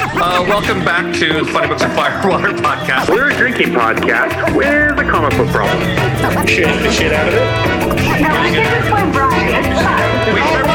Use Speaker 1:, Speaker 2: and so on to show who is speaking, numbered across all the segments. Speaker 1: Uh, welcome back to the Funny Books and Firewater podcast.
Speaker 2: We're a drinking podcast with a comic book problem.
Speaker 3: Shit the shit out of it.
Speaker 4: No, I think it's by Brian. It's fine.
Speaker 1: Wait,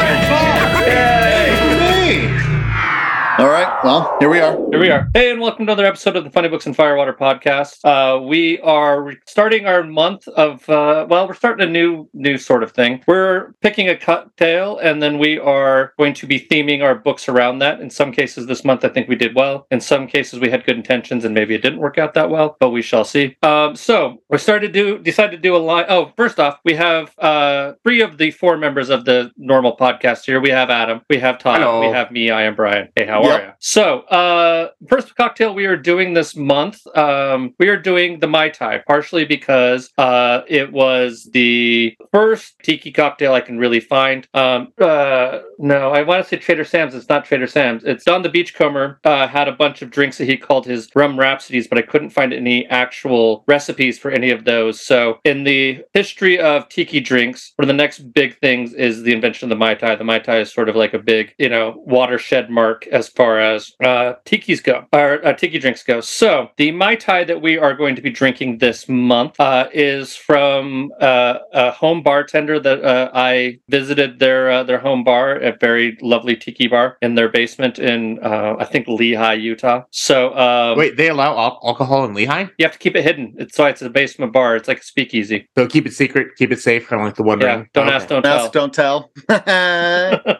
Speaker 5: All right. Well, here we are.
Speaker 3: Here we are. Hey, and welcome to another episode of the Funny Books and Firewater podcast. Uh, we are re- starting our month of uh, well, we're starting a new new sort of thing. We're picking a cocktail, and then we are going to be theming our books around that. In some cases, this month I think we did well. In some cases, we had good intentions, and maybe it didn't work out that well. But we shall see. Um, so we started to do decided to do a line. Oh, first off, we have uh, three of the four members of the normal podcast here. We have Adam, we have Todd,
Speaker 1: Hello.
Speaker 3: we have me. I am Brian. Hey, how
Speaker 5: Yep.
Speaker 3: are you? So, uh, first cocktail we are doing this month, um, we are doing the Mai Tai, partially because uh, it was the first tiki cocktail I can really find. Um, uh, no, I want to say Trader Sam's. It's not Trader Sam's. It's Don the Beachcomber uh, had a bunch of drinks that he called his rum rhapsodies, but I couldn't find any actual recipes for any of those. So, in the history of tiki drinks, one of the next big things is the invention of the Mai Tai. The Mai Tai is sort of like a big, you know, watershed mark as far as uh, tiki's go or uh, tiki drinks go. So, the Mai Tai that we are going to be drinking this month uh, is from uh, a home bartender that uh, I visited their uh, their home bar, a very lovely tiki bar in their basement in, uh, I think, Lehigh, Utah. So, um,
Speaker 6: Wait, they allow al- alcohol in Lehigh?
Speaker 3: You have to keep it hidden. It's why it's a basement bar. It's like a speakeasy.
Speaker 6: So keep it secret, keep it safe, kind of like the one.
Speaker 3: Yeah. Don't ask, don't tell.
Speaker 5: Mask, don't tell.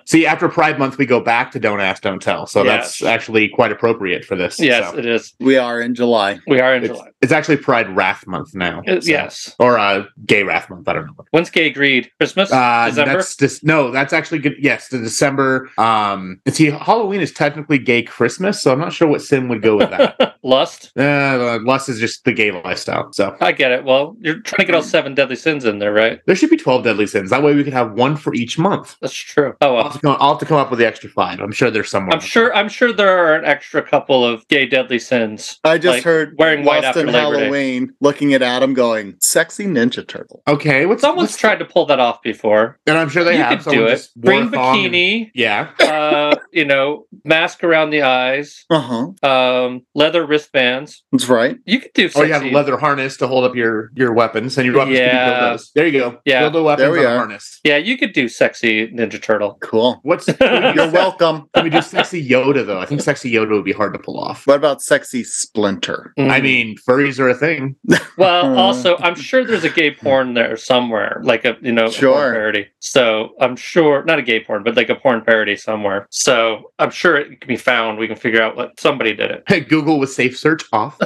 Speaker 6: See, after Pride Month, we go back to Don't Ask, Don't Tell. So
Speaker 3: Yes.
Speaker 6: that's actually quite appropriate for this.
Speaker 3: Yes,
Speaker 6: So
Speaker 3: it is.
Speaker 5: we are in July.
Speaker 3: We are in
Speaker 6: It's,
Speaker 3: July.
Speaker 6: it's actually Pride Wrath Month now.
Speaker 3: Uh,
Speaker 6: so-
Speaker 3: Yes.
Speaker 6: Or uh, Gay Wrath Month. I don't know.
Speaker 3: When's gay greed? Christmas?
Speaker 6: Uh,
Speaker 3: December?
Speaker 6: That's just, no, that's actually good. Yes, the December. Um, and see, Halloween is technically Gay Christmas, so I'm not sure what sin would go with that.
Speaker 3: Lust?
Speaker 6: uh, lust is just the gay lifestyle. So
Speaker 3: I get it. Well, you're trying to get
Speaker 6: Mm-hmm.
Speaker 3: all seven deadly sins in there, right?
Speaker 6: there should be 12 deadly sins. That way we could have one for each month.
Speaker 3: That's true. Oh
Speaker 6: I'll
Speaker 3: well.
Speaker 6: have to come, I'll have to come up with the extra five. I'm sure there's somewhere.
Speaker 3: I'm sure I'm sure there are an extra couple of gay deadly sins.
Speaker 5: I just
Speaker 3: Like,
Speaker 5: heard
Speaker 3: wearing white
Speaker 5: Lost
Speaker 3: after
Speaker 5: in
Speaker 3: Labor Day.
Speaker 5: Halloween, looking at Adam going, sexy Ninja Turtle.
Speaker 6: Okay, what's
Speaker 3: Someone's
Speaker 6: what's-
Speaker 3: tried to pull that off before.
Speaker 6: And I'm sure they
Speaker 3: you
Speaker 6: have.
Speaker 3: could do
Speaker 6: Someone
Speaker 3: it.
Speaker 6: just wore
Speaker 3: Green
Speaker 6: a thong and-
Speaker 3: bikini,
Speaker 6: yeah.
Speaker 3: uh, you know, mask around the eyes,
Speaker 5: Uh huh.
Speaker 3: um, leather wristbands.
Speaker 5: That's right.
Speaker 3: You could do
Speaker 6: Or
Speaker 3: sexy.
Speaker 6: you have a Oh, leather harness to hold up your your weapons, and your weapons
Speaker 3: Yeah.
Speaker 6: can be dildos. There you go.
Speaker 3: Yeah.
Speaker 6: Dildo weapons
Speaker 5: There we
Speaker 6: on a
Speaker 5: are.
Speaker 6: harness.
Speaker 3: Yeah, you could do sexy Ninja Turtle.
Speaker 5: Cool.
Speaker 6: What's
Speaker 5: You're welcome.
Speaker 6: Can we do sexy Yoda though? I think sexy Yoda would be hard to pull off.
Speaker 5: What about sexy Splinter?
Speaker 3: Mm.
Speaker 6: I mean, furries are a thing.
Speaker 3: Well,
Speaker 5: Uh.
Speaker 3: also, I'm sure there's a gay porn there somewhere, like a you know a
Speaker 5: Sure.
Speaker 3: porn parody. So I'm sure not a gay porn, but like a porn parody somewhere. So I'm sure it can be found. We can figure out what somebody did it.
Speaker 6: Google with safe search off.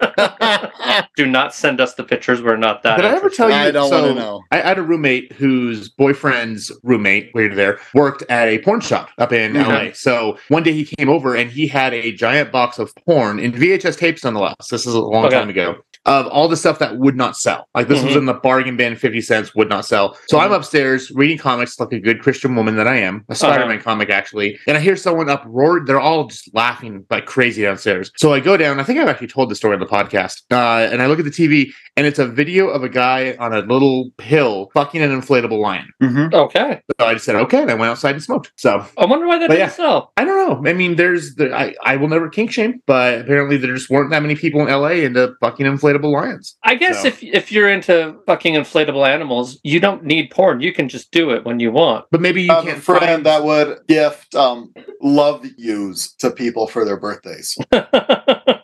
Speaker 5: I
Speaker 3: Do not send us the pictures. We're not that.
Speaker 6: Did I ever
Speaker 3: interested.
Speaker 6: tell you?
Speaker 5: don't want
Speaker 6: so-
Speaker 5: to know.
Speaker 6: I had a roommate whose boyfriend's roommate, weird there, worked at a porn shop up in
Speaker 3: Mhm.
Speaker 6: LA. So one day he came over and he had a giant box of porn in VHS tapes, nonetheless. This is a long
Speaker 3: Okay.
Speaker 6: time ago. Of all the stuff that would not sell. Like this was
Speaker 3: Mhm.
Speaker 6: in the bargain bin, 50 cents would not sell. So I'm upstairs reading comics like a good Christian woman that I am, a Spider Man comic actually. And I hear someone uproar. They're all just laughing like crazy downstairs. So I go down. I think I've actually told the story on the podcast. Uh, and I look at the TV and it's a video of a guy on a little hill fucking an inflatable lion.
Speaker 5: Mhm.
Speaker 3: Okay.
Speaker 6: So I just said, okay, and I went outside and smoked. So
Speaker 3: I wonder why that
Speaker 6: But
Speaker 3: didn't
Speaker 6: yeah.
Speaker 3: sell.
Speaker 6: I don't know. I mean, there's the I, I will never kink shame, but apparently there just weren't that many people in LA into fucking inflatable lions.
Speaker 3: I guess
Speaker 6: So-
Speaker 3: if if you're into fucking inflatable animals, you don't need porn. You can just do it when you want.
Speaker 6: But maybe you
Speaker 7: I have a
Speaker 6: can't
Speaker 7: Um, friend
Speaker 6: find
Speaker 7: that would gift um, love yous to people for their birthdays. E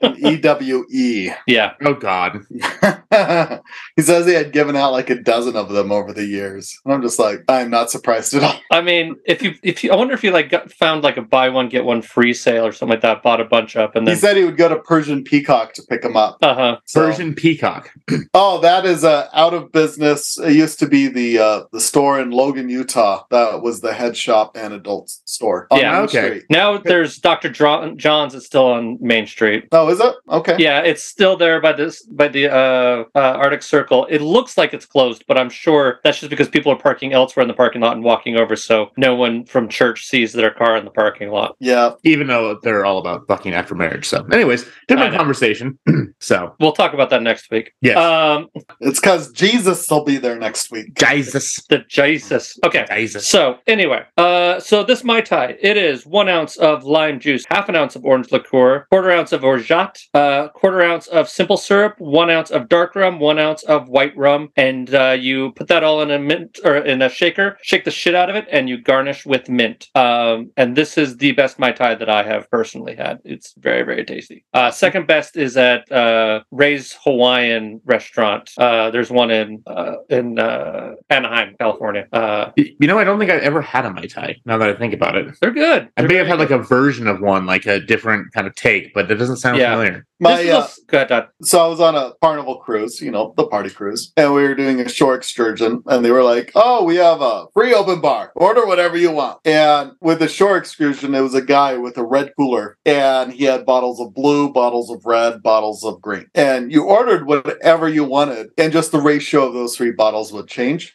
Speaker 7: An EWE.
Speaker 3: yeah.
Speaker 6: Oh God!
Speaker 7: he says he had given out like a dozen of them over the years. And I'm just like, I'm not surprised at all.
Speaker 3: I mean, if you if you, I wonder if you like got, found like a buy one get one free sale or something like that, bought a bunch up, and
Speaker 7: He
Speaker 3: then
Speaker 7: said he would go to Persian Peacock to pick them up.
Speaker 3: uh huh.
Speaker 7: So-
Speaker 6: Persian peacock.
Speaker 7: Oh, that is uh, out of business. It used to be the uh, the store in Logan, Utah. That was the head shop and adult store. on
Speaker 3: Yeah,
Speaker 7: Main
Speaker 6: okay.
Speaker 7: Street.
Speaker 3: Now there's Doctor John, John's. It's still on Main Street.
Speaker 7: Oh,
Speaker 5: Oh, is it? Okay.
Speaker 3: Yeah, it's still there by this by the uh, uh, Arctic Circle. It looks like it's closed, but I'm sure that's just because people are parking elsewhere in the parking lot and walking over, so no one from church sees their car in the parking lot.
Speaker 5: Yeah.
Speaker 6: even though they're all about fucking after marriage. So, anyways,
Speaker 3: I
Speaker 6: different
Speaker 3: know.
Speaker 6: conversation. so,
Speaker 3: We'll talk about that next week.
Speaker 6: yes,
Speaker 3: Um,
Speaker 5: It's because Jesus will be there next week.
Speaker 6: Jesus,
Speaker 3: the Jesus. Okay.
Speaker 6: Jesus.
Speaker 3: So anyway, uh, so this mai tai it is one ounce of lime juice, half an ounce of orange liqueur, quarter ounce of orgeat, uh, quarter ounce of simple syrup, one ounce of dark rum, one ounce of white rum, and uh, you put that all in a mint or in a shaker, shake the shit out of it, and you garnish with mint. Um, and this is the best mai tai that I have personally had. It's very very tasty. Uh, second best is at uh, Ray's Hawaiian restaurant. Uh, there's one in uh, in uh, Anaheim, California. Uh,
Speaker 6: Y- You know, I don't think I've ever had a mai tai. Now that I think about it,
Speaker 3: they're good.
Speaker 6: I
Speaker 3: They're
Speaker 6: think I've
Speaker 3: very
Speaker 6: had like
Speaker 3: good.
Speaker 6: a version of one, like a different kind of take, but that doesn't sound
Speaker 3: Yeah.
Speaker 6: familiar.
Speaker 3: This
Speaker 5: My
Speaker 3: is a-
Speaker 5: uh,
Speaker 3: go ahead, Todd.
Speaker 5: so I was on a carnival cruise, you know, the party cruise, and we were doing a shore excursion, and they were like, "Oh, we have a free open bar. Order whatever you want." And with the shore excursion, it was a guy with a red cooler, and he had bottles of blue, bottles of red, bottles of green, and you ordered whatever you wanted, and just the ratio of those three bottles would change.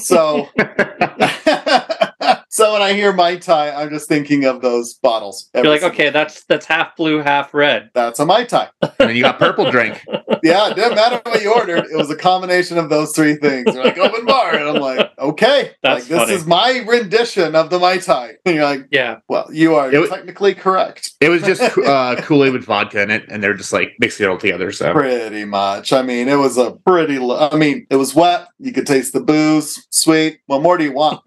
Speaker 5: so. So when I hear Mai Tai, I'm just thinking of those bottles.
Speaker 3: You're
Speaker 5: every
Speaker 3: like,
Speaker 5: single-
Speaker 3: okay, that's that's half blue, half red.
Speaker 5: that's a Mai Tai.
Speaker 6: And then you got purple drink.
Speaker 5: yeah, it didn't matter what you ordered. It was a combination of those three things. You're like open bar, and I'm like, okay,
Speaker 3: That's
Speaker 5: like this
Speaker 3: funny.
Speaker 5: is my rendition of the mai tai. And you're like,
Speaker 3: Yeah,
Speaker 5: well, you are
Speaker 6: It wa-
Speaker 5: technically correct,
Speaker 6: It was just uh, Kool Aid with vodka in it, and they're just like mixing it all together. So,
Speaker 5: pretty much. I mean, it was a pretty. Lo- I mean, it was wet. You could taste the booze, sweet. What more do you want?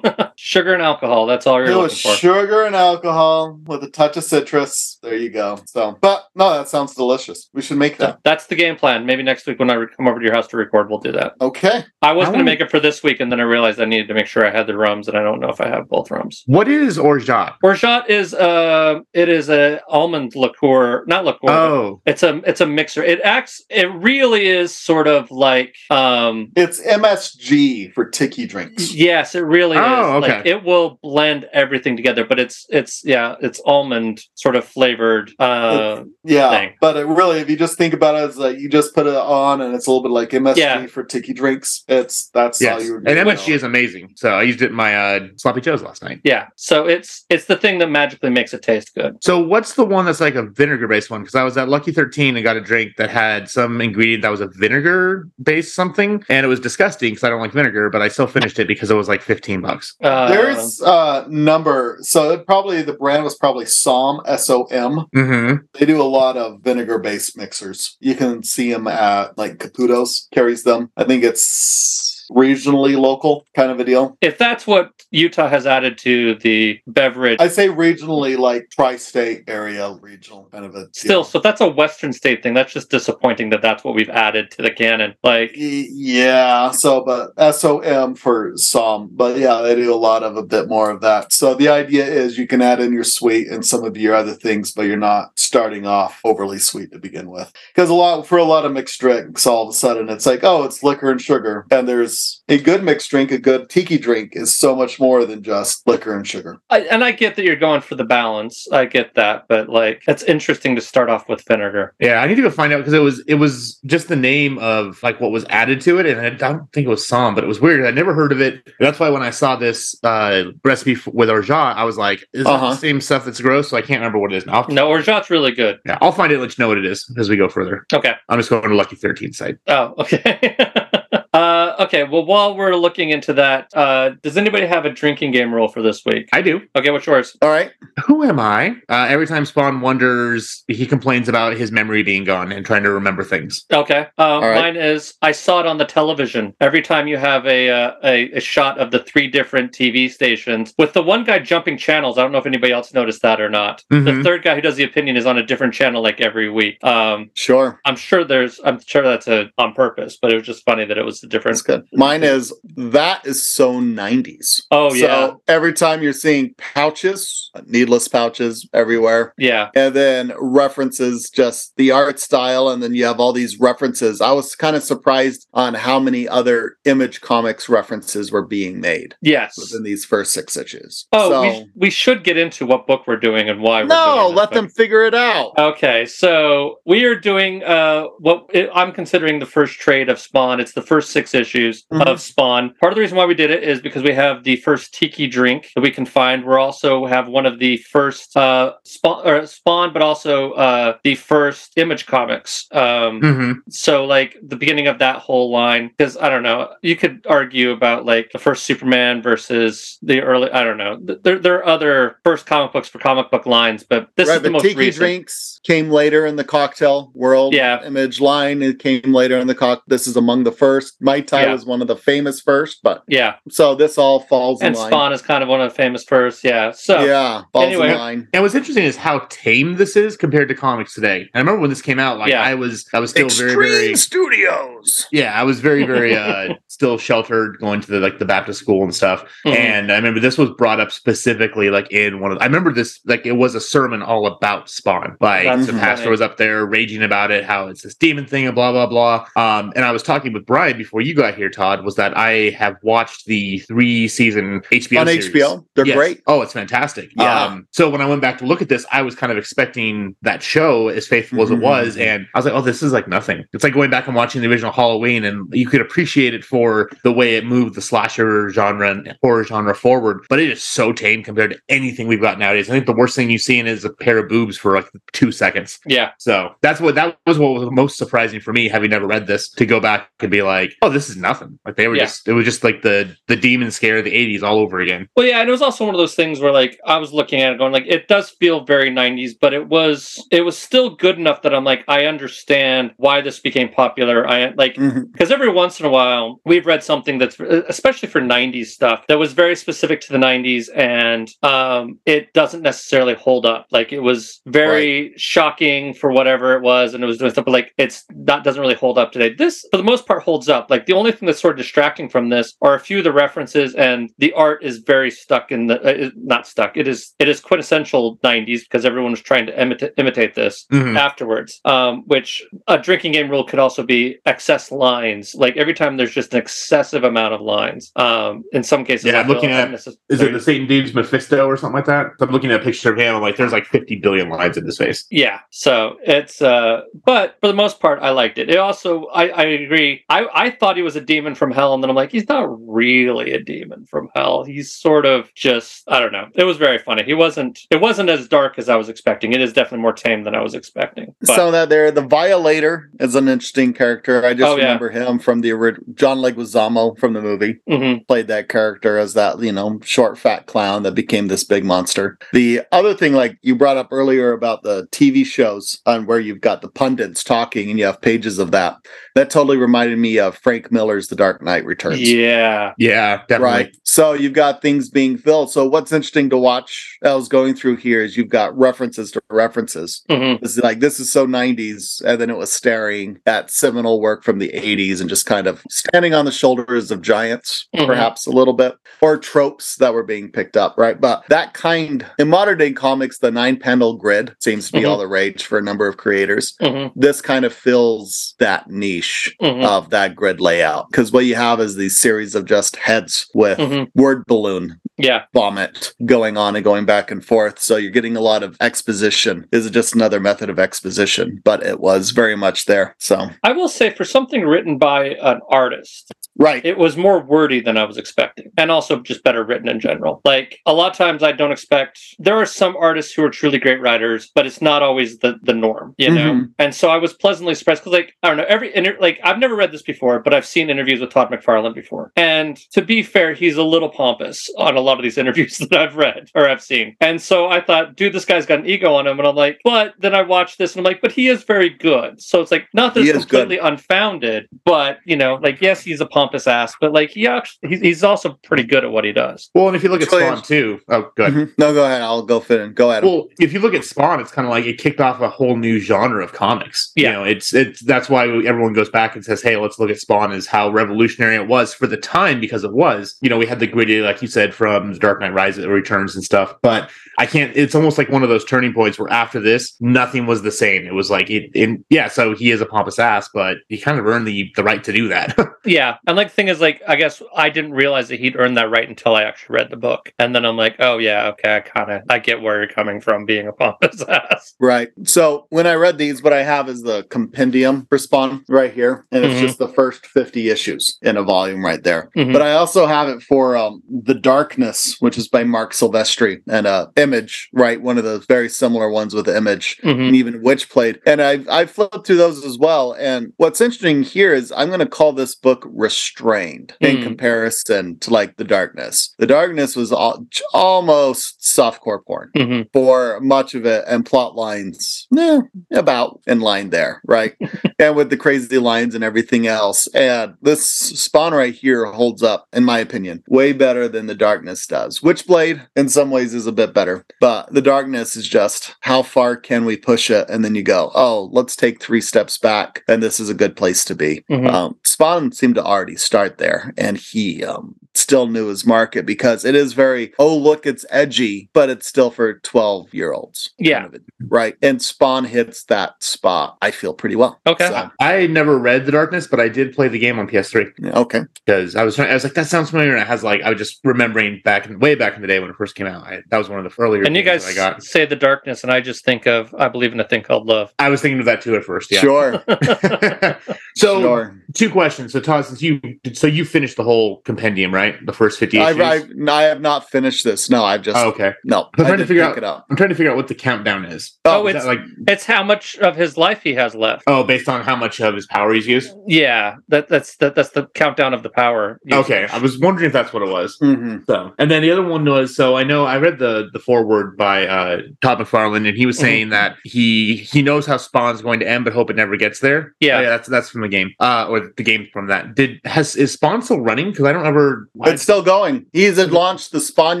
Speaker 3: sugar and alcohol. That's all you're
Speaker 5: it was
Speaker 3: looking for.
Speaker 5: sugar and alcohol with a touch of citrus. There you go. So, but no, that sounds delicious. We should make that.
Speaker 3: That's the game plan. Maybe next week when I re- come over to your house to record, we'll do that.
Speaker 5: Okay.
Speaker 3: I was going to
Speaker 6: wanna-
Speaker 3: make it for this week, and then I realized I needed to make sure I had the rums, and I don't know if I have both rums.
Speaker 6: what is orgeat?
Speaker 3: Orgeat is uh, it is a almond liqueur, not liqueur.
Speaker 6: Oh,
Speaker 3: It's a it's a mixer. It acts. It really is sort of like um,
Speaker 5: It's MSG for tiki drinks.
Speaker 3: Yes, it really
Speaker 6: Oh,
Speaker 3: is.
Speaker 6: okay.
Speaker 3: Like it will blend everything together, but it's it's yeah, it's almond sort of flavored uh
Speaker 5: Yeah,
Speaker 3: thing.
Speaker 5: but it really, if you just think about it, it's like you just put it on, and it's a little bit like MSG
Speaker 3: Yeah.
Speaker 5: for tiki drinks. It's that's how
Speaker 6: yes.
Speaker 5: you.
Speaker 6: And MSG is amazing. So I used it in my uh, sloppy joes last night.
Speaker 3: yeah. So it's it's the thing that magically makes it taste good.
Speaker 6: So what's the one that's like a vinegar based one? Because I was at Lucky Thirteen and got a drink that had some ingredient that was a vinegar based something, and it was disgusting because I don't like vinegar, but I still finished it because it was like fifteen bucks.
Speaker 3: Uh,
Speaker 5: There's a number, so it probably the brand was probably Som S O M.
Speaker 6: Mm-hmm.
Speaker 5: They do a lot of vinegar-based mixers. You can see them at like Caputo's carries them. I think it's regionally local kind of a deal.
Speaker 3: if that's what Utah has added to the beverage
Speaker 5: I say regionally, like tri-state area regional kind of a deal.
Speaker 3: still, so if that's a Western state thing, that's just disappointing that that's what we've added to the canon. Like
Speaker 5: Y- Yeah, so but SOM for some, but yeah, they do a lot of a bit more of that. So the idea is you can add in your sweet and some of your other things, but you're not starting off overly sweet to begin with. Because a lot for a lot of mixed drinks, all of a sudden it's like, oh, it's liquor and sugar. And there's a good mixed drink, a good tiki drink is so much more than just liquor and sugar.
Speaker 3: I, and I get that you're going for the balance. I get that, but like it's interesting to start off with vinegar.
Speaker 6: Yeah, I need to go find out because it was it was just the name of like what was added to it, and I don't think it was Psalm, but it was weird. I never heard of it. And that's why when I saw this uh, recipe f- with orgeat, I was like, "Is that
Speaker 5: Uh-huh.
Speaker 6: the same stuff that's gross?" So I can't remember what it is now.
Speaker 3: No, orgeat's really good.
Speaker 6: Yeah, I'll find it. and Let you know what it is as we go further.
Speaker 3: Okay.
Speaker 6: I'm just going to Lucky Thirteen site.
Speaker 3: Oh, okay. uh, okay. Well, while we're looking into that, uh, does anybody have a drinking game rule for this week?
Speaker 6: I do.
Speaker 3: Okay, what's yours?
Speaker 8: All right.
Speaker 6: Who am I? Uh, every time Spawn wonders, he complains about his memory being gone and trying to remember things.
Speaker 3: Okay. Uh,
Speaker 8: right.
Speaker 3: Mine is I saw it on the television. Every time you have a, uh, a a shot of the three different TV stations with the one guy jumping channels. I don't know if anybody else noticed that or not. The
Speaker 6: Mhm.
Speaker 3: third guy who does the opinion is on a different channel like every week. Um,
Speaker 8: Sure.
Speaker 3: I'm sure there's. I'm sure that's a on purpose, but it was just funny that it was of different.
Speaker 5: That's good. Mine is that is so 90s.
Speaker 3: Oh yeah,
Speaker 5: So every time you're seeing pouches, uh, needless pouches everywhere,
Speaker 3: yeah.
Speaker 5: and then references just the art style, and then you have all these references. I was kind of surprised on how many other image comics references were being made
Speaker 3: Yes.
Speaker 5: within these first six issues.
Speaker 3: Oh,
Speaker 5: So-
Speaker 3: we, we should get into what book we're doing and why. we're
Speaker 5: no,
Speaker 3: doing this,
Speaker 5: let
Speaker 3: but-
Speaker 5: them figure it out.
Speaker 3: Okay, so we are doing uh, what i- I'm considering the first trade of Spawn. It's the first six issues
Speaker 5: Mhm.
Speaker 3: of Spawn. Part of the reason why we did it is because we have the first tiki drink that we can find. We're also have one of the first uh, Spawn, or Spawn, but also uh, the first Image comics. Um,
Speaker 6: Mm-hmm.
Speaker 3: so like the beginning of that whole line because i don't know you could argue about like the first superman versus the early i don't know Th- there, there are other first comic books for comic book lines but this
Speaker 5: right,
Speaker 3: is the,
Speaker 5: the,
Speaker 3: most
Speaker 5: tiki
Speaker 3: recent
Speaker 5: drinks came later in the cocktail world.
Speaker 3: Yeah.
Speaker 5: image line it came later in the cock. This is among the first. Mai Tai
Speaker 3: Yeah.
Speaker 5: was one of the famous first, but
Speaker 3: yeah
Speaker 5: so this all falls
Speaker 3: and
Speaker 5: in line.
Speaker 3: spawn is kind of one of the famous first yeah so
Speaker 5: yeah, falls
Speaker 3: Anyway.
Speaker 5: in line.
Speaker 6: And what's interesting is how tame this is compared to comics today. And I remember when this came out, like
Speaker 3: Yeah.
Speaker 6: I was, I was still very, very
Speaker 5: Studios.
Speaker 6: yeah, I was very, very uh, still sheltered, going to the like the Baptist school and stuff.
Speaker 5: Mm-hmm.
Speaker 3: Mhm.
Speaker 6: And I remember this was brought up specifically, like in one of. I remember this, like it was a sermon all about Spawn. Like
Speaker 3: That's
Speaker 6: the
Speaker 5: funny.
Speaker 6: pastor was up there raging about it, how it's this demon thing and blah blah blah. Um, and I was talking with Brian before you got here, Todd, was that I have watched the three season HBO
Speaker 5: On
Speaker 6: series.
Speaker 5: HBO, they're
Speaker 6: Yes.
Speaker 5: great.
Speaker 6: Oh, it's fantastic.
Speaker 5: Yeah.
Speaker 6: Um, so when I went back to look at this, I was kind of expecting that show as faithful as it
Speaker 5: Mhm.
Speaker 6: was, and I was like, "Oh, this is like nothing." It's like going back and watching the original Halloween, and you could appreciate it for the way it moved the slasher genre and horror genre forward. But it is so tame compared to anything we've got nowadays. I think the worst thing you've seen is a pair of boobs for like two seconds.
Speaker 3: yeah
Speaker 6: So that's what that was what was most surprising for me, having never read this, to go back and be like, "Oh, this is nothing." Like they were
Speaker 3: Yeah.
Speaker 6: just it was just like the the demon scare of the '80s all over again.
Speaker 3: well yeah and it was also one of those things where like i was looking at it going like it does feel very 90s but it was it was still good enough that i'm like i understand why this became popular i like
Speaker 5: Mhm.
Speaker 3: Because every once in a while, we've read something that's especially for '90s stuff that was very specific to the '90s, and um, it doesn't necessarily hold up. Like it was very shocking for whatever it was, and it was doing stuff. But like, it's not doesn't really hold up today. This, for the most part, holds up. Like the only thing that's sort of distracting from this are a few of the references, and the art is very stuck in the uh, is- not stuck. It is it is quintessential '90s because everyone was trying to imitate imitate this
Speaker 6: Mm-hmm. Mm.
Speaker 3: afterwards. Um, which a drinking game rule could also be excess lines. Like every time there's just an excessive amount of lines. Um, in some cases,
Speaker 6: Yeah,
Speaker 3: I feel
Speaker 6: looking at-
Speaker 3: unnecessary-
Speaker 6: Is it the Satan dude's Mephisto or something like that? So I'm looking at a picture of him. I'm like, there's like 50 billion lines in his face.
Speaker 3: Yeah, so it's uh but for the most part I liked it. It also I, I agree. I, I thought he was a demon from hell, and then I'm like, he's not really a demon from hell. He's sort of just I don't know. It was very funny. He wasn't it wasn't as dark as I was expecting. It is definitely more tame than I was expecting. But
Speaker 5: So that there, the Violator is an interesting character. I just
Speaker 3: Oh, yeah.
Speaker 5: remember him from the ori- John Leguizamo from the movie
Speaker 3: mhm.
Speaker 5: played that character as that you know short fat clown that became this big monster. The other thing, like you brought up earlier about the TV shows on where you've got the pundits talking and you have pages of that, that totally reminded me of Frank Miller's The Dark Knight Returns.
Speaker 3: Yeah.
Speaker 6: Yeah, definitely.
Speaker 5: Right. So you've got things being filled. So what's interesting to watch I was going through here is you've got references to references.
Speaker 3: Mhm.
Speaker 5: It's like this is so 90s. And then it was staring at seminal work from the 80s and just kind of standing on the shoulders of giants,
Speaker 3: Mhm.
Speaker 5: perhaps a little bit, or tropes that were being picked up, right? But that kind in modern day comics, the nine panel grid seems to be
Speaker 3: Mhm.
Speaker 5: all the rage for a number of creators.
Speaker 3: Mhm.
Speaker 5: This kind of fills that niche
Speaker 3: Mhm.
Speaker 5: of that grid layout because what you have is these series of just heads with
Speaker 3: Mhm.
Speaker 5: word balloon
Speaker 3: Yeah.
Speaker 5: vomit going on and going back and forth so you're getting a lot of exposition this is just another method of exposition but it was very much there so
Speaker 3: I will say for something written by an artist,
Speaker 5: right
Speaker 3: it was more wordy than I was expecting and also just better written in general. Like a lot of times I don't expect there are some artists who are truly great writers, but it's not always the the norm, you know.
Speaker 5: Mhm.
Speaker 3: And so I was pleasantly surprised cuz like I don't know, every inter- like I've never read this before, but I've seen interviews with Todd McFarlane before. And to be fair, he's a little pompous on a lot of these interviews that I've read or I've seen. And so I thought, dude, this guy's got an ego on him and I'm like, but then I watched this and I'm like, but he is very good. So it's like not that
Speaker 5: He
Speaker 3: it's
Speaker 5: is good.
Speaker 3: completely unfounded, but you know, like yes, he's a pompous pompous ass, but like he actually, he's, he's also pretty good at what he does.
Speaker 6: Well, and if you look at
Speaker 5: Brilliant.
Speaker 6: Spawn too, oh, good.
Speaker 5: Mhm. No, go ahead. I'll go fit in. Go at him.
Speaker 6: Well, if you look at Spawn, it's kind of like it kicked off a whole new genre of comics.
Speaker 3: Yeah.
Speaker 6: You know, it's it's that's why everyone goes back and says, "Hey, let's look at Spawn as how revolutionary it was for the time because it was." You know, we had the gritty, like you said, from the Dark Knight Rises or Returns and stuff. But I can't. It's almost like one of those turning points where after this, nothing was the same. It was like it. And yeah, so he is a pompous ass, but he kind of earned the the right to do that.
Speaker 3: Yeah. And like, the thing is, like, I guess I didn't realize that he'd earned that right until I actually read the book. And then I'm like, oh, yeah, okay, I kind of, I get where you're coming from being a pompous ass.
Speaker 5: Right. So when I read these, what I have is the compendium for Spawn right here, and it's
Speaker 3: Mhm.
Speaker 5: just the first 50 issues in a volume right there.
Speaker 3: Mhm.
Speaker 5: But I also have it for um, The Darkness, which is by Mark Silvestri, and uh, Image, right? One of those very similar ones with Image.
Speaker 3: Mhm.
Speaker 5: And even Witch played. And I I flipped through those as well. And what's interesting here is I'm going to call this book restrained in
Speaker 3: Hmm.
Speaker 5: comparison to like The Darkness. The Darkness was al- almost softcore porn
Speaker 3: Mhm.
Speaker 5: for much of it and plot lines eh, about in line there right and with the crazy lines and everything else and this spawn right here holds up in my opinion way better than the darkness does witchblade in some ways is a bit better but the darkness is just how far can we push it and then you go oh let's take three steps back and this is a good place to be
Speaker 6: Hmm.
Speaker 3: Mhm.
Speaker 5: um, Spawn seemed to already start there, and he um, still knew his market because it is very, oh, look, it's edgy, but it's still for 12 year olds.
Speaker 3: Yeah.
Speaker 5: Right. And Spawn hits that spot, I feel pretty well.
Speaker 3: Okay.
Speaker 5: So,
Speaker 6: I never read The Darkness, but I did play the game on PS3.
Speaker 5: yeah, okay.
Speaker 6: because I was trying, I was like, that sounds familiar. And it has like I was just remembering back in way back in the day when it first came out. I, that was one of the earlier.
Speaker 3: And you
Speaker 6: games
Speaker 3: guys
Speaker 6: that I got.
Speaker 3: say the darkness, and I just think of, I believe in a thing called love.
Speaker 6: I was thinking of that too at first. Yeah.
Speaker 5: Sure.
Speaker 6: so
Speaker 5: sure.
Speaker 6: two questions. So Todd, since you so you finished the whole compendium, right? The first fifty
Speaker 5: I,
Speaker 6: issues.
Speaker 5: I, no, I have not finished this. No, I've just,
Speaker 6: oh, okay.
Speaker 5: no.
Speaker 6: I'm trying
Speaker 5: I
Speaker 6: to
Speaker 5: did
Speaker 6: figure
Speaker 5: pick
Speaker 6: out-
Speaker 5: it up.
Speaker 6: I'm trying to figure out what the countdown is.
Speaker 3: Oh,
Speaker 6: Is
Speaker 3: it's-
Speaker 6: that like
Speaker 3: It's how much of his life he has left.
Speaker 6: oh, based on how much of his power he's used.
Speaker 5: Oh.
Speaker 3: Yeah, that, that's that, that's the countdown of the power.
Speaker 6: Okay, I was wondering if that's what it was.
Speaker 5: Mhm.
Speaker 6: So, and then the other one was so I know I read the the foreword by uh, Todd McFarlane, and he was saying that he he knows how Spawn's going to end, but hope it never gets there.
Speaker 3: Yeah.
Speaker 6: Oh, that's that's from the game, uh, or the game from that. Did has is Spawn still running? Because I don't ever.
Speaker 5: It's still going. He's had launched the Spawn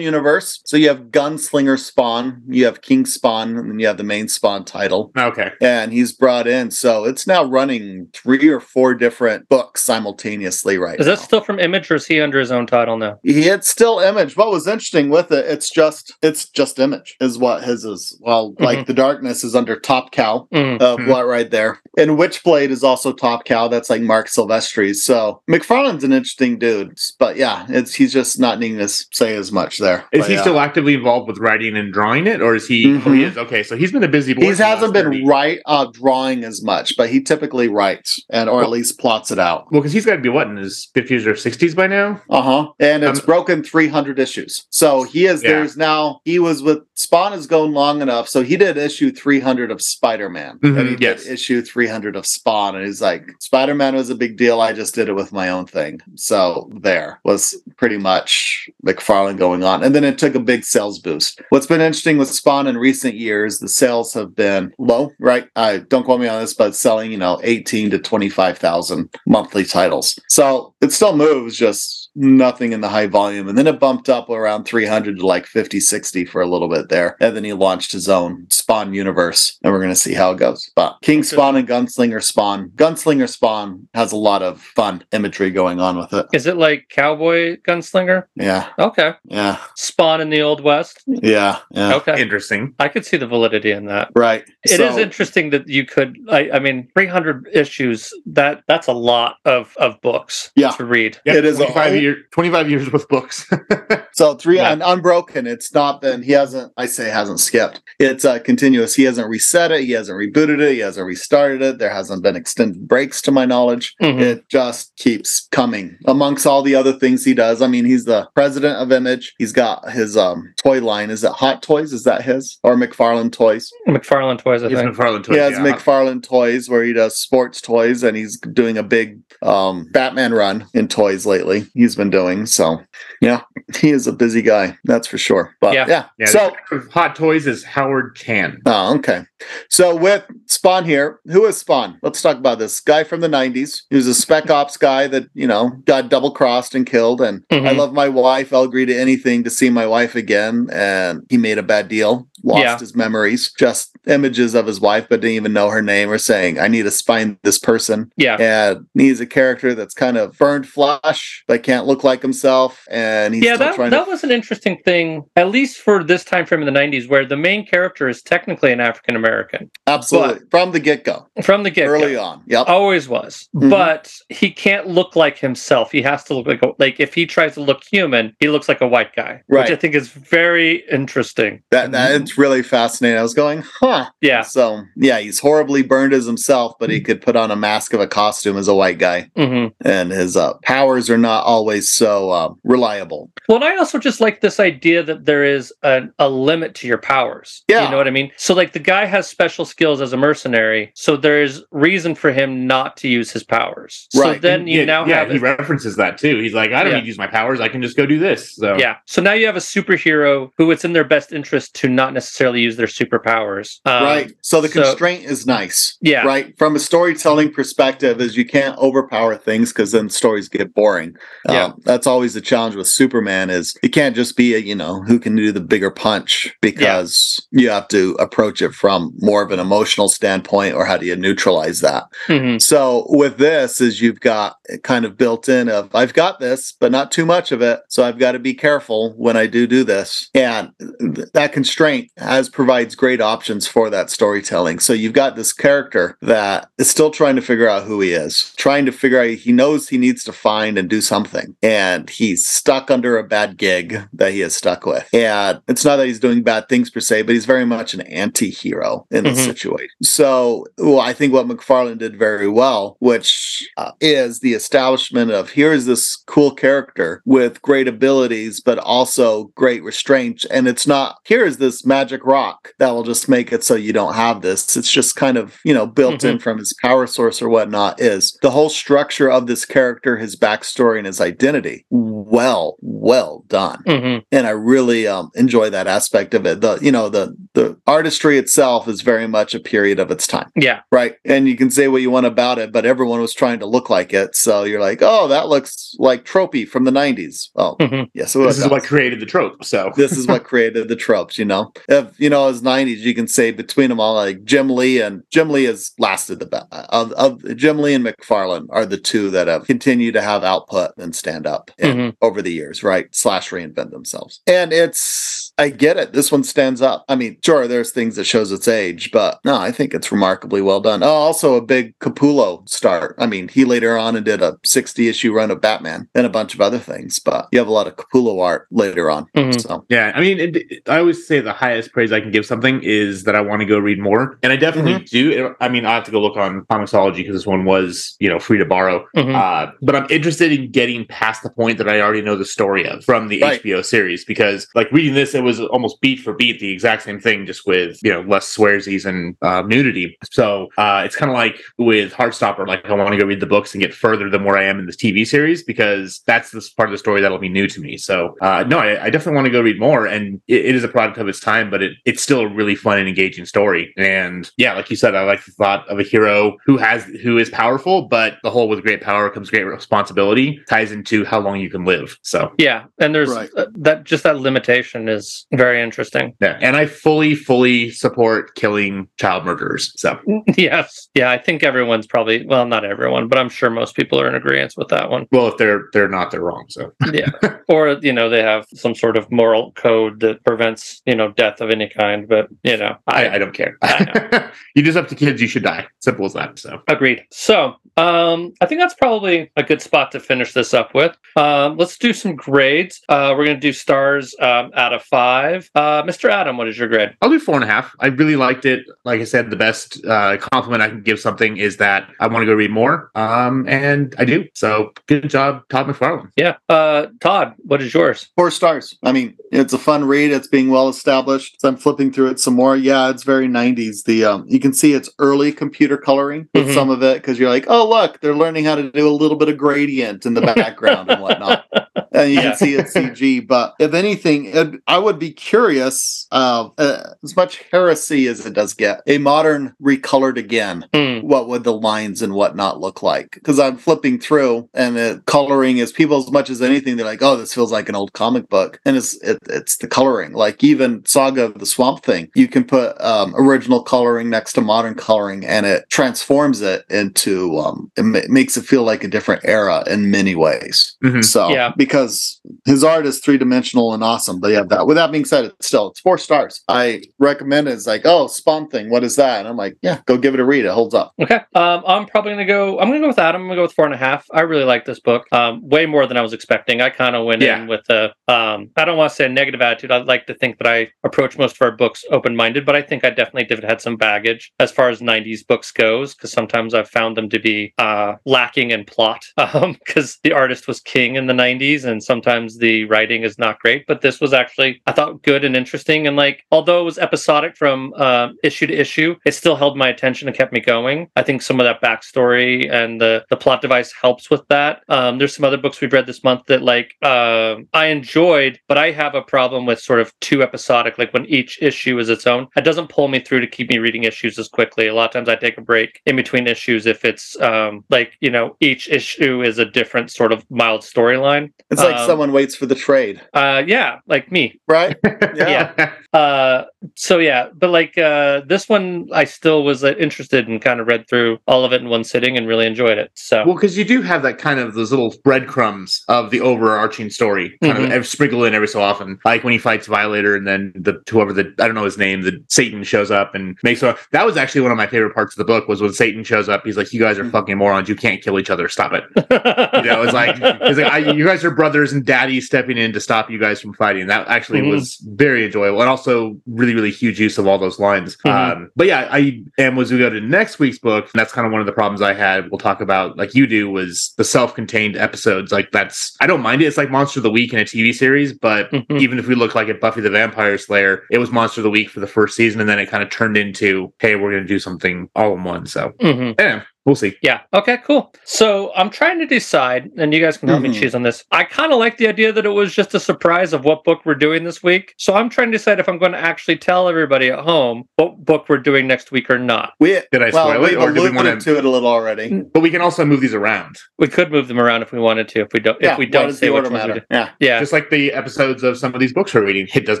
Speaker 5: universe. So you have Gunslinger Spawn, you have King Spawn, and then you have the main Spawn title.
Speaker 6: Oh, okay.
Speaker 5: and he's brought in. So it's now running three or four different books simultaneously right
Speaker 3: Is
Speaker 5: now.
Speaker 3: that still from Image, or is he under his own title now?
Speaker 5: Yeah, it's still image. What was interesting with it, it's just it's just image is what his is. Well, like the darkness is under Top Cow.
Speaker 3: Mm.
Speaker 5: Uh,
Speaker 6: Mhm.
Speaker 5: What right there, and Witchblade is also Top Cow. That's like Mark Silvestri's. So McFarlane's an interesting dude, but yeah, it's he's just not needing to s- say as much there.
Speaker 6: Is
Speaker 5: But
Speaker 6: he
Speaker 5: yeah.
Speaker 6: still actively involved with writing and drawing it, or is he? Oh,
Speaker 5: Mhm.
Speaker 6: he is. Okay, so he's been a busy boy.
Speaker 5: He
Speaker 6: for the
Speaker 5: hasn't
Speaker 6: last
Speaker 5: been
Speaker 6: 30.
Speaker 5: right uh, drawing as much, but he typically writes and or at least plots it out.
Speaker 6: Well, because he's got to be what in his fifties or sixties by now.
Speaker 5: Uh huh. And it's
Speaker 6: Um,
Speaker 5: broken 300 issues. So he is,
Speaker 6: Yeah.
Speaker 5: there's now, he was with Spawn is going long enough. So he did issue 300 of Spider Man.
Speaker 6: Mhm,
Speaker 5: and he
Speaker 6: yes.
Speaker 5: did issue 300 of Spawn. And he's like, Spider Man was a big deal. I just did it with my own thing. So there was pretty much McFarlane going on. And then it took a big sales boost. What's been interesting with Spawn in recent years, the sales have been low, right? I don't quote me on this, but selling, you know, 18 to 25,000 monthly titles. So it still moves, just nothing in the high volume. And then it bumped up around 300 to like 50, 60 for a little bit there. And then he launched his own Spawn universe. And we're going to see how it goes. But King Spawn and Gunslinger Spawn. Gunslinger Spawn has a lot of fun imagery going on with it.
Speaker 3: Is it like Cowboy Gunslinger?
Speaker 5: Yeah.
Speaker 3: Okay,
Speaker 5: Yeah.
Speaker 3: Spawn in the Old West.
Speaker 5: Yeah. Yeah.
Speaker 3: Okay,
Speaker 6: Interesting.
Speaker 3: I could see the validity in that.
Speaker 5: Right.
Speaker 3: It is
Speaker 5: So-
Speaker 3: interesting that you could. I, I mean, three hundred issues. That that's a lot of of books.
Speaker 5: Yeah.
Speaker 3: to read.
Speaker 5: It is a-
Speaker 6: twenty-five year, twenty-five years with books.
Speaker 5: So three
Speaker 6: Yeah.
Speaker 5: and unbroken. It's not been. He hasn't. I say hasn't skipped. It's uh, continuous. He hasn't reset it. He hasn't rebooted it. He hasn't restarted it. There hasn't been extended breaks, to my knowledge.
Speaker 3: Mhm.
Speaker 5: It just keeps coming. Amongst all the other things he does, I mean, he's the president of Image. He's got his um toy line. Is it Hot Toys? Is that his or McFarlane Toys?
Speaker 3: McFarlane toys. I
Speaker 6: He's
Speaker 3: think.
Speaker 6: McFarlane toys,
Speaker 5: he has
Speaker 6: yeah.
Speaker 5: McFarlane toys where he does sports toys, and he's doing a big um, Batman run in toys lately. He's been doing so. Yeah, he is a busy guy, that's for sure. But
Speaker 3: Yeah.
Speaker 5: yeah,
Speaker 6: Yeah,
Speaker 5: so
Speaker 6: Hot Toys is Howard Chan.
Speaker 5: oh, okay. So with Spawn here. Who is Spawn? Let's talk about this guy from the 90s. He was a spec ops guy that, you know, got double crossed and killed. And
Speaker 3: Mhm.
Speaker 5: I love my wife. I'll agree to anything to see my wife again. And he made a bad deal, lost
Speaker 3: Yeah.
Speaker 5: his memories, just images of his wife, but didn't even know her name or saying, I need to find this person.
Speaker 3: Yeah.
Speaker 5: And he's a character that's kind of burned flush, that can't look like himself. And he's
Speaker 3: yeah,
Speaker 5: still
Speaker 3: that,
Speaker 5: trying
Speaker 3: that
Speaker 5: to.
Speaker 3: was an interesting thing, at least for this time frame in the 90s, where the main character is technically an African American
Speaker 5: Absolutely. From the get go,
Speaker 3: from the get
Speaker 5: early on. Yep.
Speaker 3: Always was,
Speaker 5: Mhm.
Speaker 3: but he can't look like himself. He has to look like a, like if he tries to look human, he looks like a white guy,
Speaker 5: Right.
Speaker 3: which I think is very interesting.
Speaker 5: That that's really fascinating. I was going, huh.
Speaker 3: mm-hmm. Yeah, Mm-hmm.
Speaker 5: So yeah, he's horribly burned as himself, but he could put on a mask of a costume as a white guy,
Speaker 3: hmm
Speaker 5: and his uh, powers are not always so uh, reliable.
Speaker 3: Well, and I also just like this idea that there is an, a limit to your powers.
Speaker 5: Yeah.
Speaker 3: You know what I mean? So, like, the guy has special skills as a mercenary, so there's reason for him not to use his powers. So
Speaker 5: Right.
Speaker 3: then you
Speaker 6: yeah,
Speaker 3: now
Speaker 6: yeah,
Speaker 3: have.
Speaker 6: he
Speaker 3: it-
Speaker 6: references that too. He's like, I don't
Speaker 3: Yeah.
Speaker 6: need to use my powers. I can just go do this. So
Speaker 3: yeah. So now you have a superhero who it's in their best interest to not necessarily use their superpowers. Um,
Speaker 5: right. So the
Speaker 3: so-
Speaker 5: constraint is nice.
Speaker 3: Yeah.
Speaker 5: Right. From a storytelling perspective, is you can't overpower things because then stories get boring.
Speaker 3: Yeah.
Speaker 5: Um, that's always the challenge with Superman is it can't just be a you know who can do the bigger punch because you have to approach it from more of an emotional standpoint or how do you neutralize that.
Speaker 3: Mhm.
Speaker 5: So with this is you've got it kind of built in of I've got this, but not too much of it. So I've got to be careful when I do do this. And th- that constraint has provides great options for that storytelling. So you've got this character that is still trying to figure out who he is, trying to figure out he knows he needs to find and do something. And he's stuck under a bad gig that he is stuck with. And it's not that he's doing bad things per se, but he's very much an anti-hero in this
Speaker 3: Mhm.
Speaker 5: situation. So, well, I think what McFarlane did very well, which uh, is the establishment of here's this cool character with great abilities, but also great restraints. And it's not here's this magic rock that will just make it so you don't have this. It's just kind of, you know, built in from his power source or whatnot, is the whole structure of this character, his backstory, and his identity. Well, well done
Speaker 3: Mhm.
Speaker 5: and I really um, enjoy that aspect of it. The you know the the artistry itself is very much a period of its time,
Speaker 3: Yeah.
Speaker 5: right? And you can say what you want about it, but everyone was trying to look like it, so you're like, oh, that looks like tropey from the '90s. Oh,
Speaker 3: Mhm.
Speaker 5: yes, it
Speaker 6: Hmm. this is
Speaker 5: does.
Speaker 6: what created the trope. So
Speaker 5: this is what created the tropes, you know. If you know, as '90s, you can say between them all, like Jim Lee and Jim Lee has lasted the best. Of, of Jim Lee and McFarlane are the two that have continued to have output and stand up and
Speaker 3: Mhm.
Speaker 5: over the years, right? Slash reinvent themselves. And it's I get it. This one stands up. I mean, sure, there's things that shows its age, but no, I think it's remarkably well done. Oh, also a big Capullo start. I mean, he later on and did a 60 issue run of Batman and a bunch of other things, but you have a lot of Capullo art later on.
Speaker 3: Mhm.
Speaker 5: So
Speaker 6: Yeah, I mean, it, it- I always say the highest praise I can give something is that I want to go read more, and I definitely do. I mean, I have to go look on Comicsology because this one was, you know, free to borrow.
Speaker 3: Mhm.
Speaker 6: Uh, but I'm interested in getting past the point that I already know the story of from the
Speaker 5: Right.
Speaker 6: HBO series because, like, reading this, it was almost beat for beat the exact same thing, just with you know less swearsies and uh, nudity. So uh, it's kind of like with Heartstopper. Like, I want to go read the books and get further than where I am in this TV series because that's this part of the story that'll be new to me. So uh, no, I, I definitely want to go read more, and it, it is a product of its time, but it, it's still a really fun and engaging story. And yeah, like you said, I like the thought of a hero who has who is powerful, but the whole with great power comes great responsibility ties into how long you can live. So
Speaker 3: Yeah. And there's
Speaker 5: Right.
Speaker 3: uh, that just that limitation is very interesting.
Speaker 6: yeah, and I fully, fully support killing child murderers. So
Speaker 3: yes. Yeah. I think everyone's probably, well, not everyone, but I'm sure most people are in agreement with that one.
Speaker 6: well, if they're they're not, they're wrong. So
Speaker 3: yeah or you know they have some sort of moral code that prevents you know death of any kind but you know i,
Speaker 6: I, I don't care.
Speaker 3: I
Speaker 6: you just up to kids, you should die. Simple as that. So
Speaker 3: agreed so um i think that's probably a good spot to finish this up with um let's do some grades uh we're gonna do stars um out of five uh mr adam what is your grade
Speaker 6: I'll do four and a half. I really liked it. Like I said, the best uh, compliment I can give something is that I want to go read more, um, and I do. So good job, Todd McFarlane.
Speaker 3: yeah uh todd what is yours
Speaker 5: four stars. I mean, it's a fun read. It's being well established. So I'm flipping through it some more. Yeah, it's very 90s. The um, you can see it's early computer coloring with
Speaker 3: Mhm.
Speaker 5: some of it because you're like, oh, oh look, they're learning how to do a little bit of gradient in the background and whatnot. And you
Speaker 3: Yeah.
Speaker 5: can see it's CG. But if anything, it, I would be curious. Uh, uh, as much heresy as it does get, a modern recolored again
Speaker 3: Hmm.
Speaker 5: what would the lines and whatnot look like? Because I'm flipping through, and the coloring is people as much as anything. They're like, "Oh, this feels like an old comic book," and it's it, it's the coloring. Like even Saga of the Swamp Thing, you can put um, original coloring next to modern coloring, and it transforms it into um, it ma- makes it feel like a different era in many ways.
Speaker 6: Mhm.
Speaker 5: So
Speaker 3: Yeah.
Speaker 5: because his art is three dimensional and awesome, but yeah, that with that being said, it's still it's four stars. I recommend it. It's like, oh, Spawn Thing, what is that? And I'm like, yeah, go give it a read. It holds up.
Speaker 3: Okay. Um, I'm probably gonna go. I'm gonna go with Adam. I'm gonna go with four and a half. I really like this book. Um, way more than I was expecting. I kind of went
Speaker 6: Yeah.
Speaker 3: in with a. Um, I don't want to say a negative attitude. I'd like to think that I approach most of our books open minded, but I think I definitely did had some baggage as far as '90s books goes, because sometimes I've found them to be uh, lacking in plot, because the artist was king in the '90s, and sometimes the writing is not great. But this was actually I thought good and interesting, and like although it was episodic from um, issue to issue, it still held my attention and kept me going. I think some of that backstory and the the plot device helps with that. Um, there's some other books we've read this month that like um I enjoyed, but I have a problem with sort of too episodic. Like when each issue is its own, it doesn't pull me through to keep me reading issues as quickly. A lot of times I take a break in between issues if it's um, like you know each issue is a different sort of mild storyline.
Speaker 5: It's like
Speaker 3: Um,
Speaker 5: someone waits for the trade,
Speaker 3: Uh, yeah, like me.
Speaker 5: right?
Speaker 3: Yeah. Uh, so yeah, but like uh, this one, I still was uh, interested and kind of read through all of it in one sitting and really enjoyed it. So
Speaker 6: Well, because you do have that kind of those little breadcrumbs of the overarching story kind
Speaker 3: Mhm.
Speaker 6: of ev- sprinkled in every so often, like when he fights Violator and then the whoever the I don't know his name, the Satan shows up and makes a, that was actually one of my favorite parts of the book was when Satan shows up. He's like, "You guys are fucking morons. You can't kill each other. Stop it." You know, it's like it's like I, you guys are brothers and daddy stepping in to stop you guys from fighting. That actually
Speaker 3: Mhm.
Speaker 6: was very enjoyable and also really really huge use of all those lines.
Speaker 3: Mhm.
Speaker 6: Um, but yeah, I and as we go to next week's book, and that's kind of one of the problems I had. We'll talk about like you do was the self-contained episodes. Like that's I don't mind it. It's like Monster of the Week in a TV series, but
Speaker 3: Mhm.
Speaker 6: even if we look like at Buffy the Vampire Slayer, it was Monster of the Week for the first season, and then it kind of turned into hey, we're going to do something all in one. So
Speaker 3: Mhm.
Speaker 6: yeah, we'll see.
Speaker 3: Yeah. Okay, cool. So I'm trying to decide, and you guys can help me
Speaker 5: Mhm.
Speaker 3: choose on this. I kind of like the idea that it was just a surprise of what book we're doing this week. So I'm trying to decide if I'm going to actually tell everybody at home what book we're doing next week or not.
Speaker 5: We,
Speaker 6: Did I
Speaker 5: well,
Speaker 6: spoil
Speaker 5: we've
Speaker 6: it, or do we
Speaker 5: alluded
Speaker 6: want to?
Speaker 5: to it a little already.
Speaker 6: But we can also move these around.
Speaker 3: We could move them around if we wanted to. If we don't, if we
Speaker 5: why
Speaker 3: don't
Speaker 5: does
Speaker 3: say
Speaker 5: the
Speaker 3: which
Speaker 5: order
Speaker 3: ones we do.
Speaker 5: matter? Yeah,
Speaker 3: Yeah,
Speaker 6: Just like the episodes of some of these books we're reading, it does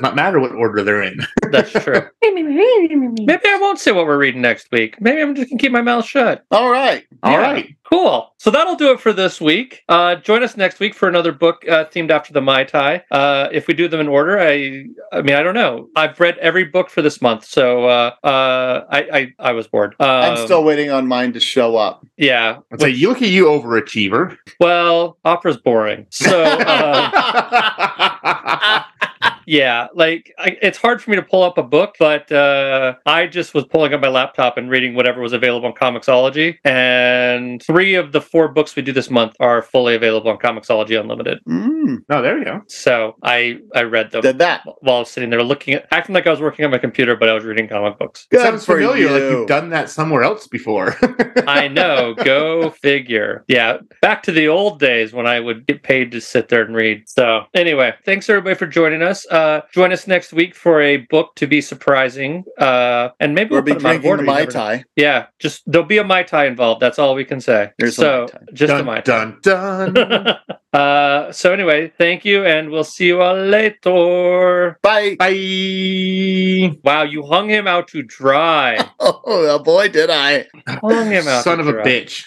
Speaker 6: not matter what order they're in.
Speaker 3: that's true. Maybe I won't say what we're reading next week. Maybe I'm just gonna keep my mouth shut.
Speaker 5: all right.
Speaker 6: All
Speaker 3: Yeah.
Speaker 6: right.
Speaker 3: Cool. So that'll do it for this week. Uh, join us next week for another book uh, themed after the Mai Tai. Uh, if we do them in order, I I mean I don't know. I've read every book for this month, so uh, uh, I, I I was bored. Um,
Speaker 5: I'm still waiting on mine to show up.
Speaker 3: yeah.
Speaker 6: I'd say you look at you, overachiever.
Speaker 3: Well, opera's boring. So. Um, uh, Yeah, like I, it's hard for me to pull up a book, but uh, I just was pulling up my laptop and reading whatever was available on Comixology. And three of the four books we do this month are fully available on Comixology Unlimited.
Speaker 5: Mm,
Speaker 6: no, there you go.
Speaker 3: So I I read them
Speaker 5: did that.
Speaker 3: while I was sitting there looking, at, acting like I was working on my computer, but I was reading comic books.
Speaker 5: Good
Speaker 6: Sounds
Speaker 5: for
Speaker 6: familiar. Like
Speaker 5: you.
Speaker 6: you've done that somewhere else before.
Speaker 3: I know, go figure. Yeah, back to the old days when I would get paid to sit there and read. So, anyway, thanks everybody for joining us. Uh, join us next week for a book to be surprising, uh, and maybe
Speaker 5: We'll
Speaker 3: we'll,
Speaker 5: be
Speaker 3: put 'em out of
Speaker 5: drinking
Speaker 3: order,
Speaker 5: the
Speaker 3: you
Speaker 5: mai
Speaker 3: never know.
Speaker 5: tai.
Speaker 3: Yeah, just there'll be a mai tai involved. That's all we can say.
Speaker 5: There's a
Speaker 3: so
Speaker 5: Mai Tai.
Speaker 3: just a
Speaker 6: dun,
Speaker 3: mai tai.
Speaker 6: dun dun.
Speaker 3: uh, so anyway, thank you, and we'll see you all later.
Speaker 5: Bye.
Speaker 6: Bye.
Speaker 3: Wow, you hung him out to dry.
Speaker 5: Oh, boy, did I.
Speaker 3: hung him out
Speaker 6: Son
Speaker 3: to
Speaker 6: of a
Speaker 3: dry.
Speaker 6: bitch.